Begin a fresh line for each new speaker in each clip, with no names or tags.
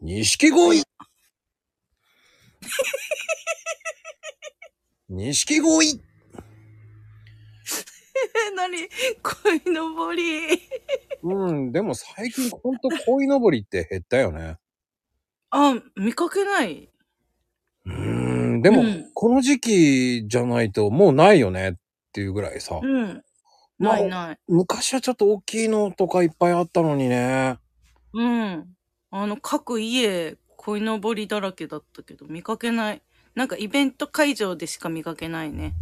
錦鯉錦鯉
何 鯉のぼり。
うん、でも最近ほんと鯉のぼりって減ったよね。
あ、見かけない。
うーん、でも、
うん
この時期じゃないともうないよねっていうぐらいさ。
うん。
まあ
ないない。
昔はちょっと大きいのとかいっぱいあったのにね。
うん。あの、各家、鯉のぼりだらけだったけど、見かけない。なんかイベント会場でしか見かけないね。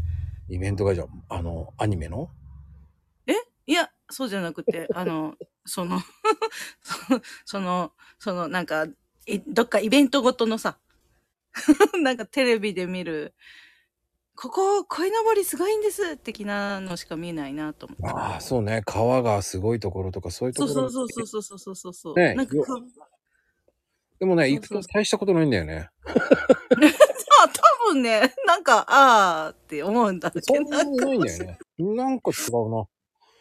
イベントがじゃんあの、アニメの
いや、そうじゃなくて、あの、その、 そその、その、なんか、いどっかイベントごとのさ、 なんかテレビで見る、ここ、鯉のぼりすごいんです的なのしか見ないなと思って。
ああ、そうね。川がすごいところとかそういうと
そ
こ
う
ろ。
そうそうそうそうそうそうそう。
ね
なんか
よ
か、
でもね、
そう
行くと大したことないんだよね。
あ、多分ね、なんか、あーって思うんだけ
そ
ど。
んなにないんだよね。なんか違うな。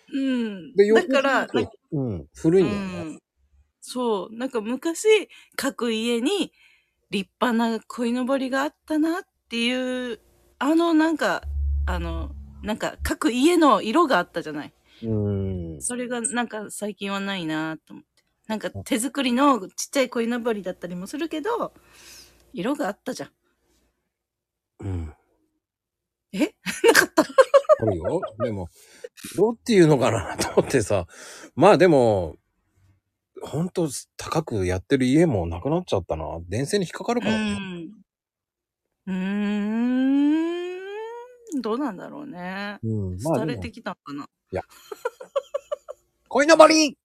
うん。
で、
だから、なん
横に
か
行くとうん、古いんだよ
う
ね。
んそう。なんか昔、各家に立派な鯉のぼりがあったなっていう、あのなんか、あの、なんか各家の色があったじゃない。
うん。
それがなんか最近はないなと思って。なんか手作りのちっちゃい鯉のぼりだったりもするけど、色があったじゃん。
うん。
えなかった
あるよ。でも、どうっていうのかなと思ってさ。まあでも、ほんと高くやってる家もなくなっちゃったな。電線に引っかかるか
う
らね。
ん。うーん。どうなんだろうね。
うん、まあ
廃
で
れ
も
て、きたのかな。
こいのぼり